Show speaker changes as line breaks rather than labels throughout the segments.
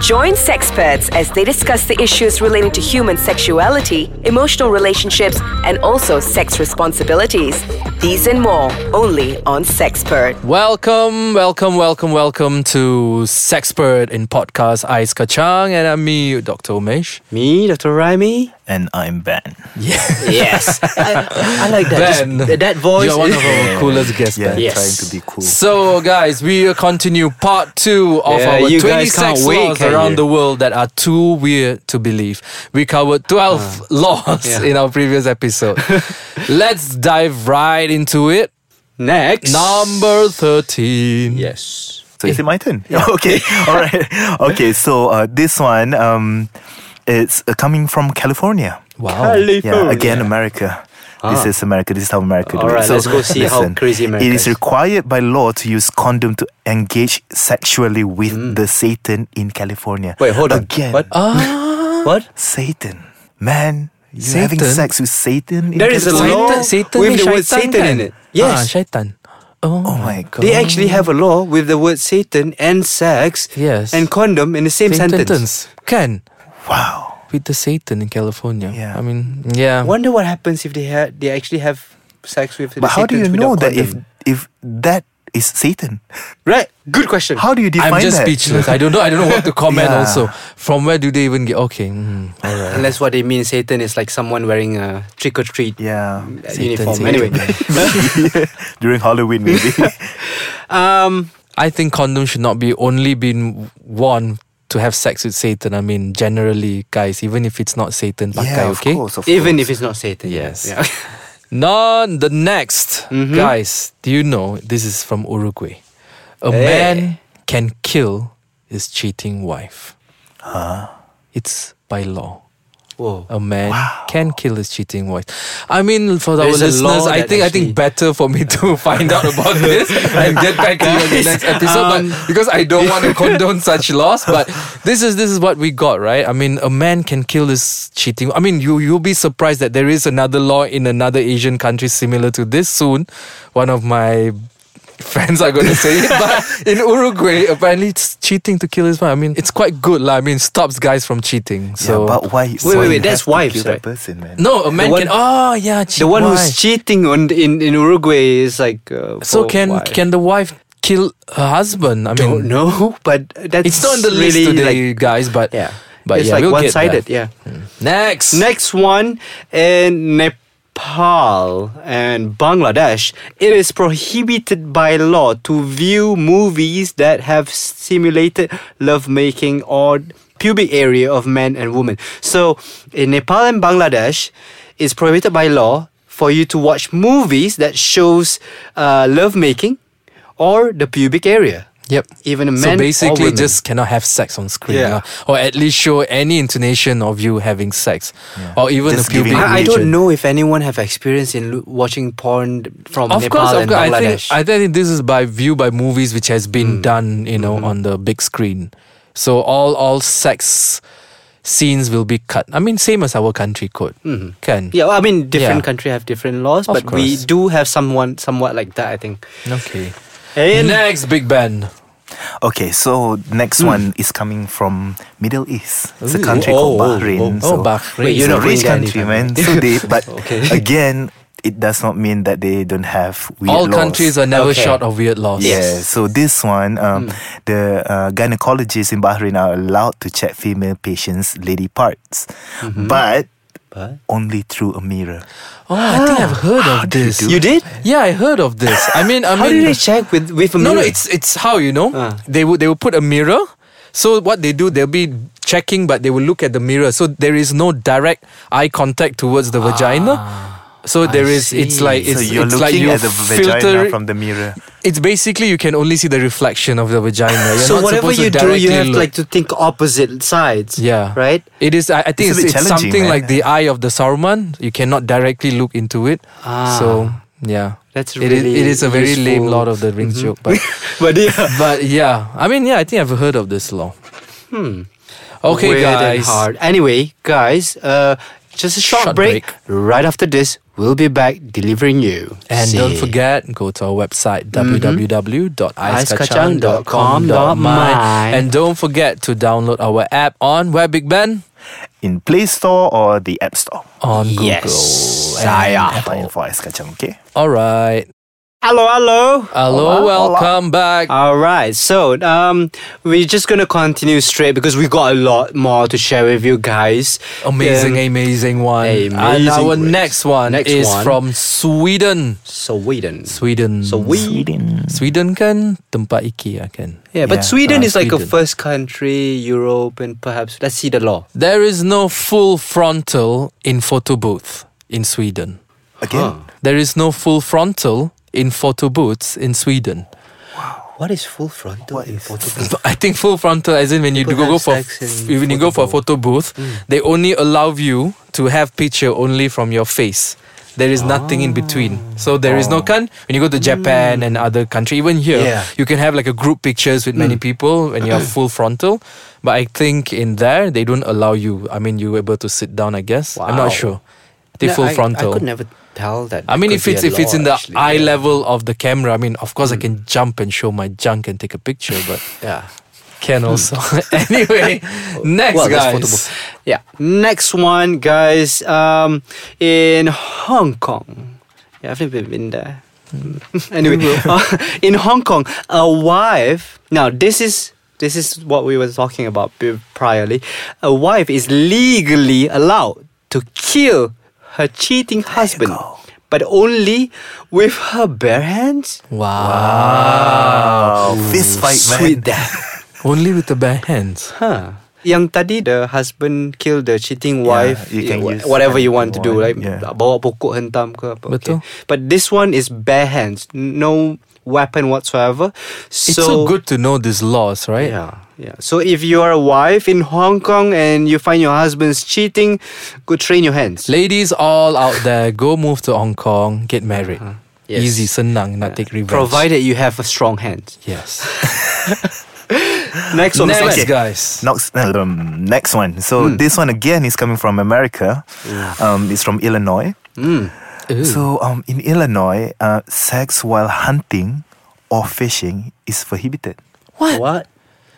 Join sexperts as they discuss the issues relating to human sexuality, emotional relationships, and also sex responsibilities. These and more only on Sexpert.
Welcome, welcome, welcome, welcome to Sexpert in Podcast Ice Kachang, and I'm me, Dr. Umesh.
Me, Dr. Raimi.
and I'm Ben.
Yes, I, I like that. Just-
Ben,
th- that voice.
You're one of
is-
our coolest guests,
Yeah,
Ben.
Yes.
trying to be cool.
So, guys, we continue part two of
Yeah,
our
you
20
guys can't
sex
wait,
laws
can
around the
you?
world that are too weird to believe. We covered 12 laws
Ah. yeah.
in our previous episode. Let's dive right into it.
Next
Number 13.
Yes.
So is it my turn? Okay. All right. Okay. So uh, this one, um, it's uh, coming from California.
Wow.
Yeah.
California.
Again, America. This
Ah.
is America. This is how America
All
do it.
right, let's go see how crazy America
It is
is.
required by law to use condom to engage sexually with the Satan in California.
Mm. Wait, hold on.
Again,
What?
Ah.
what?
Satan, man, you having
Satan?
sex with Satan? In
There is a
California?
law
Satan, Satan
with
ni
the word
syaitan
Satan
kan?
in it. Yes.
Ah, syaitan.
Oh my
um,
god.
They actually have a law with the word Satan and sex
Yes.
and condom in the same sentence.
sentence. Can.
wow.
With the Satan in California.
Yeah.
I mean, yeah.
Wonder what happens if they had they actually have sex with the
But how do you
Satans
know
without
that if
condom?
if that is Satan?
Right. Good question.
How do you define
I'm just
that?
speechless. I don't know. I don't know what to comment.
Yeah.
Also, from where do they even get? Okay, mm, all right.
Unless what they mean Satan is like someone wearing a trick or treat
Yeah.
uniform.
Satan.
Anyway.
During Halloween, maybe.
Um
I think condoms should not be only been worn to have sex with Satan. I mean, generally, guys, even if it's not Satan, pakai,
yeah, of
okay?
course. Of
even
course.
if it's not Satan.
Yes.
Yeah.
None. The next, guys, do you know this is from Uruguay? A man can kill his cheating wife. Huh? It's by law.
Whoa.
A man can kill his cheating wife. I mean, for our
There's a
listeners,
law
I
that
think I think
actually-
better for me to find out about this and get back to you in the next episode.
um,
but because I don't want to condone such loss, but this is this is what we got right. I mean, a man can kill his cheating. I mean, you you'll be surprised that there is another law in another Asian country similar to this soon. One of my friends are going to say it, but in Uruguay, apparently it's cheating to kill his wife. I mean, it's quite good, lah. I mean, it stops guys from cheating.
Yeah,
So.
but why?
wait,
why
wait,
you
that's
have to
wives,
kill
right?
That person, man.
No, a man can.
one-
Oh, yeah. cheat-
The one
why?
who's cheating on in, in Uruguay is like uh,
So
for
can
why?
can the wife kill her husband? I mean,
don't know, but that's
it's not on the list
really
today,
like
guys. But
yeah,
but
it's
yeah,
like
we'll get there.
one-sided. Yeah.
Next,
Next one in Nepal and Bangladesh, it is prohibited by law to view movies that have simulated lovemaking or pubic area of men and women. So in Nepal and Bangladesh, it's prohibited by law for you to watch movies that shows uh, lovemaking or the pubic area.
Yep.
Even a
so
man or
basically,
women.
just cannot have sex on screen,
Yeah.
lah. or at least show any intonation of you having sex, or even
Just
a pubic.
giving
I, I
Religion.
don't know if anyone have experience in lo- watching porn from
of
Nepal
course, of
and
course. I
Bangladesh. Mm.
think I think this is by view by movies which has been done, you
Mm-hmm.
know, on the big screen. So all all sex scenes will be cut. I mean, same as our country code. Can
Mm-hmm. Yeah, well, I mean, different
Yeah.
country have different laws,
Of
but we
course.
do have someone somewhat like that. I think.
okay.
And
Next, Big Ben.
Okay, so next one is coming from Middle East. It's
Hmm.
a
Ooh.
country
Oh,
called
oh,
Bahrain.
oh, oh,
so
Bahrain.
Wait,
It's
you're
a
not going
rich
there
country, man.
anytime.
So they, but
Okay.
again, it does not mean that they don't have weird
All
laws.
countries are never
Okay.
short of weird laws.
Yeah, so this one,
Hmm.
um, the uh, gynecologists in Bahrain are allowed to check female patients' lady parts, but
Mm-hmm. But-
only through a mirror.
Oh, I think I've heard of this.
you Ah. did?
Yeah, I heard of this. I mean, I
How
mean,
did they check with with a
no, no,
mirror?
it's it's how you know
Ah.
they would they will put a mirror. So what they do, they'll be checking, but they will look at the mirror. So there is no direct eye contact towards the vagina. So there is. It's
Ah, see.
like
so
it's,
you're
it's like
looking
you
at the
filter-
vagina from the mirror.
It's basically you can only see the reflection of the vagina. You're
so
not
whatever
supposed to
you do, you
directly
have
look.
like to think opposite sides.
Yeah.
Right.
It is. I, I think
It's
it's,
a bit
it's
challenging,
something
man.
like the eye of the Saruman. You cannot directly look into it.
Ah.
So yeah,
That's
It is- It
really
is a very lame
useful.
Lord of the Rings joke, but
But yeah.
but yeah. I mean, yeah. I think I've heard of this law. Hmm. Okay,
Weird and
guys.
hard. Anyway, guys, uh, just a short,
Short
break.
break.
Right after this, We'll be back delivering you.
And don't
See.
forget, go to our website
Mm-hmm. Icekacang.com.my.
www.icekacang.com.my and don't forget to download our app on where Big Ben
in Play Store or the App Store.
on
Yes,
Google. and
saya.
Apple.
Fine for Ice Kacang, okay?
All right.
Hello, hello.
Hello,
Hola,
welcome back.
All right, so um, we're just gonna continue straight because we got a lot more to share with you guys.
Amazing,
Um,
amazing one. and
amazing
our
words.
next one
Next
is
one.
from Sweden.
Sweden.
Sweden.
So we
Sweden.
Sweden kan tempat IKEA kan.
yeah, but
Yeah,
Sweden
uh,
is like a
Sweden.
first country, Europe, and perhaps let's see the law.
There is no full frontal in photo booth in Sweden.
Again?
There is no full frontal in photo booths in Sweden.
What is full frontal in Portugal?
But I think full frontal, as in when you
People
go, go for
have sex in
when you go for a
photo
photo booth, they only allow you to have picture only from your face. There is nothing in between. So there is no can when you go to Japan and other country, even here,
Oh. Yeah. Mm.
you can have like a group pictures with many people when you are full frontal. But I think in there they don't allow you. I mean, you're able to sit down. I guess I'm
Wow.
not sure. They full
No, I,
frontal.
I could never tell that.
I
It
mean,
could
if
be
it's
a
if it's
law,
in the
actually, Mm.
eye
yeah.
level of the camera, I mean, of course, I can jump and show my junk and take a picture, but
Yeah.
can also. anyway, next
Well, that's
guys.
portable. Yeah. Next one, guys. Um, in Hong Kong. Yeah, I've never been there. Hmm. anyway, uh, in Hong Kong, a wife. Now, this is this is what we were talking about be- priorly. A wife is legally allowed to kill her cheating husband, but only with her bare hands.
Wow.
Oh, fist fight, man.
Sweet death.
Only with the bare hands.
Huh. Yang tadi the husband kill the cheating wife,
you can
eh, wha-
use
whatever you want to
anything
do,
you
like
want, yeah.
bawa pokok hentam ke apa.
Betul.
But this one is bare hands, no weapon whatsoever. So,
it's so good to know these laws, right?
Yeah, yeah. So if you are a wife in Hong Kong and you find your husband's cheating, go train your hands.
Ladies all out there, go move to Hong Kong, get married.
Uh-huh. Yes.
Easy, senang, not take revenge.
Provided you have a strong hand.
Yes.
Next one,
next
Ustaz.
guys.
Next, um, next one. So
Hmm.
this one again is coming from America. Um, it's from Illinois.
Hmm. Ooh.
So um, in Illinois, uh, sex while hunting or fishing is prohibited.
what?
What?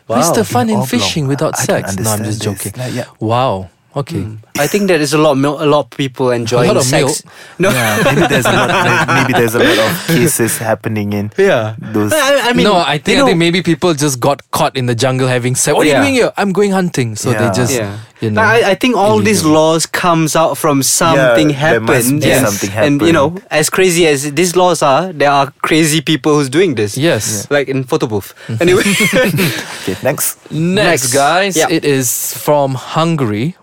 What's the
Wow.
fun in
Oblong.
fishing without
I don't
sex? No, I'm
understand
just
this.
joking.
Like, yeah.
Wow. Okay.
I think there is a lot, mil- a lot of people enjoying
lot of
sex.
milk.
No,
Yeah, maybe there's a lot. may- Maybe there's a lot of cases happening in
yeah.
those.
I, I mean,
no, I think,
you
I think
know-
maybe people just got caught in the jungle having sex. What are
Yeah.
you doing here? I'm going hunting. So
Yeah.
they just,
yeah.
you know.
I, I think all these
illegal.
laws comes out from something
there
happened.
must be
and,
something
and you
happened.
know, as crazy as these laws are, there are crazy people who's doing this.
Yes.
Like in photo booth. Anyway.
Okay, next.
Next,
Next.
guys,
Yeah.
it is from Hungary.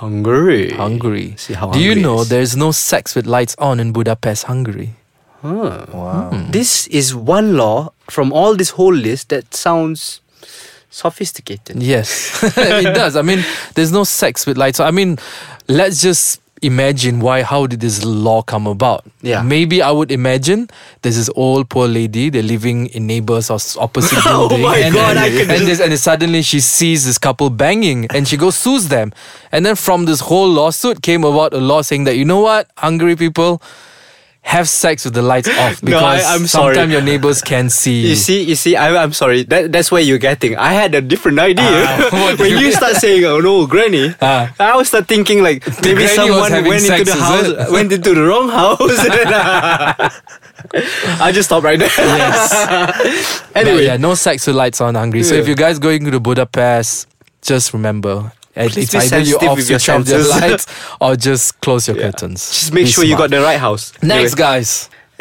Hungary.
Hungary.
Eh, See how
Do you
hungry it
know
is.
there's no sex with lights on in Budapest, Hungary?
Wow.
This is one law from all this whole list that sounds sophisticated.
Yes, it does. I mean, there's no sex with lights. on. I mean, let's just imagine why. How did this law come about?
Yeah.
Maybe I would imagine there's this old poor lady. They're living in neighbors or s- opposite
Oh
building.
my
and
God,
Then,
I
and,
can
this- and then suddenly she sees this couple banging, and she goes sues them. And then from this whole lawsuit came about a law saying that you know what, Hungry people. Have sex with the lights off
No, I-
because
I'm sorry.
sometimes your neighbors can see.
You see, you see, I, I'm sorry. That, that's where you're getting. I had a different idea.
Ah, what do
when
you-
you start saying, "Oh no, Granny,"
Ah.
I was start thinking like maybe
granny was
someone
having
went into
sex,
the
is
house,
it?
went into the wrong house. I just stop right there. anyway,
But yeah, no sex with lights on hungry. So if
Yeah.
you guys going to Budapest, just remember. at- It's
Please be
either you
sensitive
off
with your
switch off the
senses.
lights or just close your curtains.
just make
Be
sure you
smart.
got the right house.
Next,
Anyway.
guys.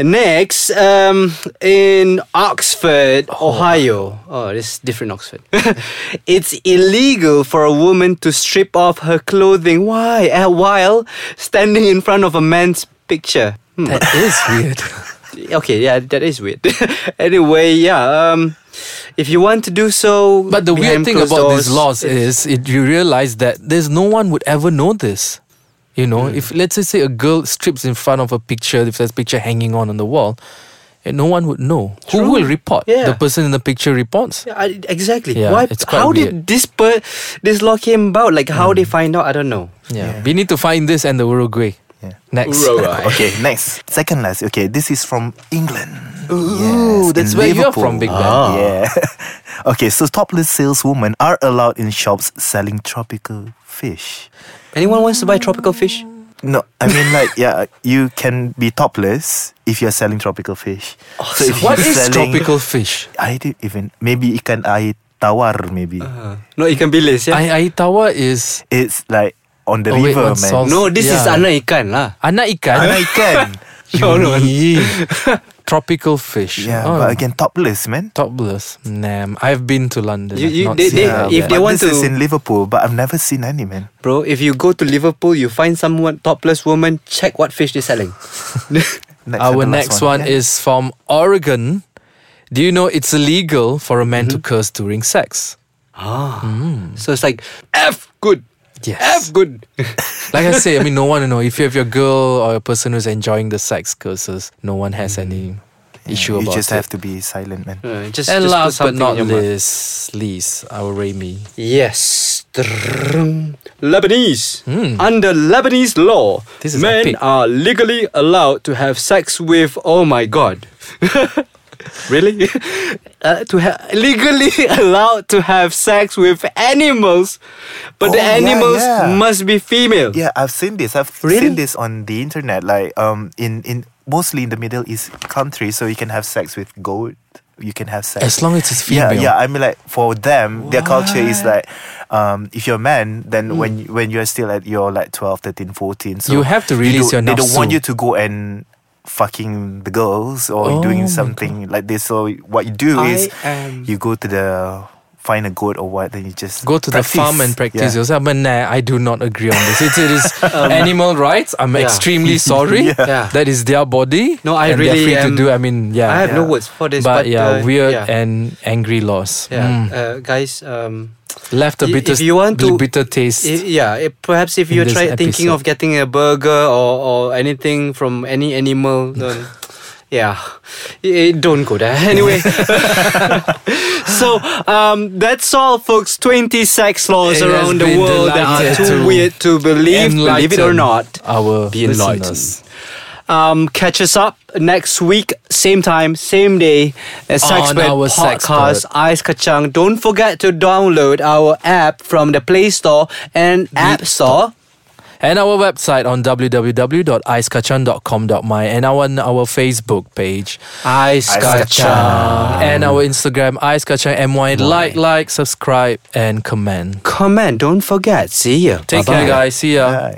Next, um, in Oxford, Ohio. Oh, this is different Oxford. it's illegal for a woman to strip off her clothing. Why? Eh, while standing in front of a man's picture. Hmm.
That is weird.
Okay, yeah, that is weird. anyway, yeah. Um, if you want to do so,
But the weird
behind
thing
closed
about these
doors,
laws
it's-
is it, you realize that there's no one would ever know this. You know,
Hmm.
if let's just say a girl strips in front of a picture, if there's a picture hanging on on the wall, and no one would know. Who will report?
Yeah.
The person in the picture reports.
Yeah, I- exactly.
Yeah,
Why?
it's quite
how
weird. Hmm.
did this per- this law came about? Like how they find out? I don't know.
Yeah. We need to find this and the Uruguay.
Yeah.
Next.
Right.
Okay, next. Second last. Okay, this is from England.
Ooh, that's
in
where you're from, Big Ben.
Ah.
Yeah. okay, so topless saleswomen are allowed in shops selling tropical fish.
Anyone wants to buy tropical fish?
No, I mean like yeah, you can be topless if you're selling tropical fish. so if
Oh, What
you're
is
selling-
tropical fish?
I did even maybe ikan air tawar maybe.
Uh-huh.
No, ikan bilis ya.
Ai Aitawa is
It's like on the
Oh, wait,
river,
one
man.
sauce.
no, this is
Yeah.
anak ikan lah.
anak
Anak
ikan.
ikan.
No, no.
Yee. tropical fish.
yeah,
Oh,
but again topless, man.
topless. Nam. I've been to London.
You-
I've
you-
not
they-
seen
they-
that.
if
but
they want
this is
to-
in Liverpool, but I've never seen any man.
Bro, if you go to Liverpool, you find someone topless woman, check what fish they're selling.
Next and
Our
the last
next one,
yeah.
is from Oregon. Do you know it's illegal for a man
Mm-hmm.
to curse during sex?
ah. So it's like F good.
Yes.
F good.
Like I say, I mean, no one know if you have your girl or a person who's enjoying the sex curses. No one has any issue
Mm. You
about it.
just
Mm.
have to be silent, man.
Uh, just,
and
just put
last but
something in
not
your mouth.
least, least our Raimi.
Yes. Drrrrung. Lebanese. Under Lebanese law,
This is
men
epic.
are legally allowed to have sex with, oh my god. really? uh, to ha- legally allowed to have sex with animals, but
Oh,
the
yeah,
animals
yeah.
must be female.
Yeah, I've seen this. I've
Really?
seen this on the internet. Like um, in in mostly in the Middle East countries, so you can have sex with goat. You can have sex
As long as it's
Yeah,
female.
yeah. I mean, like for them, their culture is like, um, if you're a man, then when when you're still at your like 12, 13, 14, so
Mm. You have to
they
release
don't-
your
They don't want
nafsu.
you to go and fucking the girls
Oh
or
my
doing something like this. So what you do
I
is
am-
you go to the find a goat or what, then you just
Go to the farm and practice
Yeah.
yourself. But nah, I do not agree on this. It, it is animal rights. I'm
yeah.
extremely sorry.
Um, Yeah.
That is their body.
No, I
and
really
they're free to
am-
do. I mean, yeah.
I have no
Yeah.
words for this,
but,
but,
yeah,
uh,
weird
yeah.
and angry loss.
yeah.
Mm.
Uh, guys, um,
Left a
If-
bitter,
if you want to-
bitter taste.
I- yeah, eh, perhaps if
In
you're
this
try, thinking
episode.
of getting a burger or, or anything from any animal, then yeah, Eh, eh, don't go there. Anyway, so um, that's all, folks. 20 sex laws
It has
around the
been
world that are
delighted
too
to
weird to believe, believe it or
Enlighten
not.
our
Be enlightened.
listeners.
Um, catch us up next week, same time, same day. Uh, Sexpert
our
podcast,
Sexpert.
Ice Kachang. Don't forget to download our app from the Play Store and App Store.
And our website on www.icekacang.com.my and our our Facebook page
Ice Ah.
Kacang.
and our Instagram icekacangmy. Like, like, subscribe, and comment.
Comment. Don't forget. See you.
Take care, guys. See ya.
Right.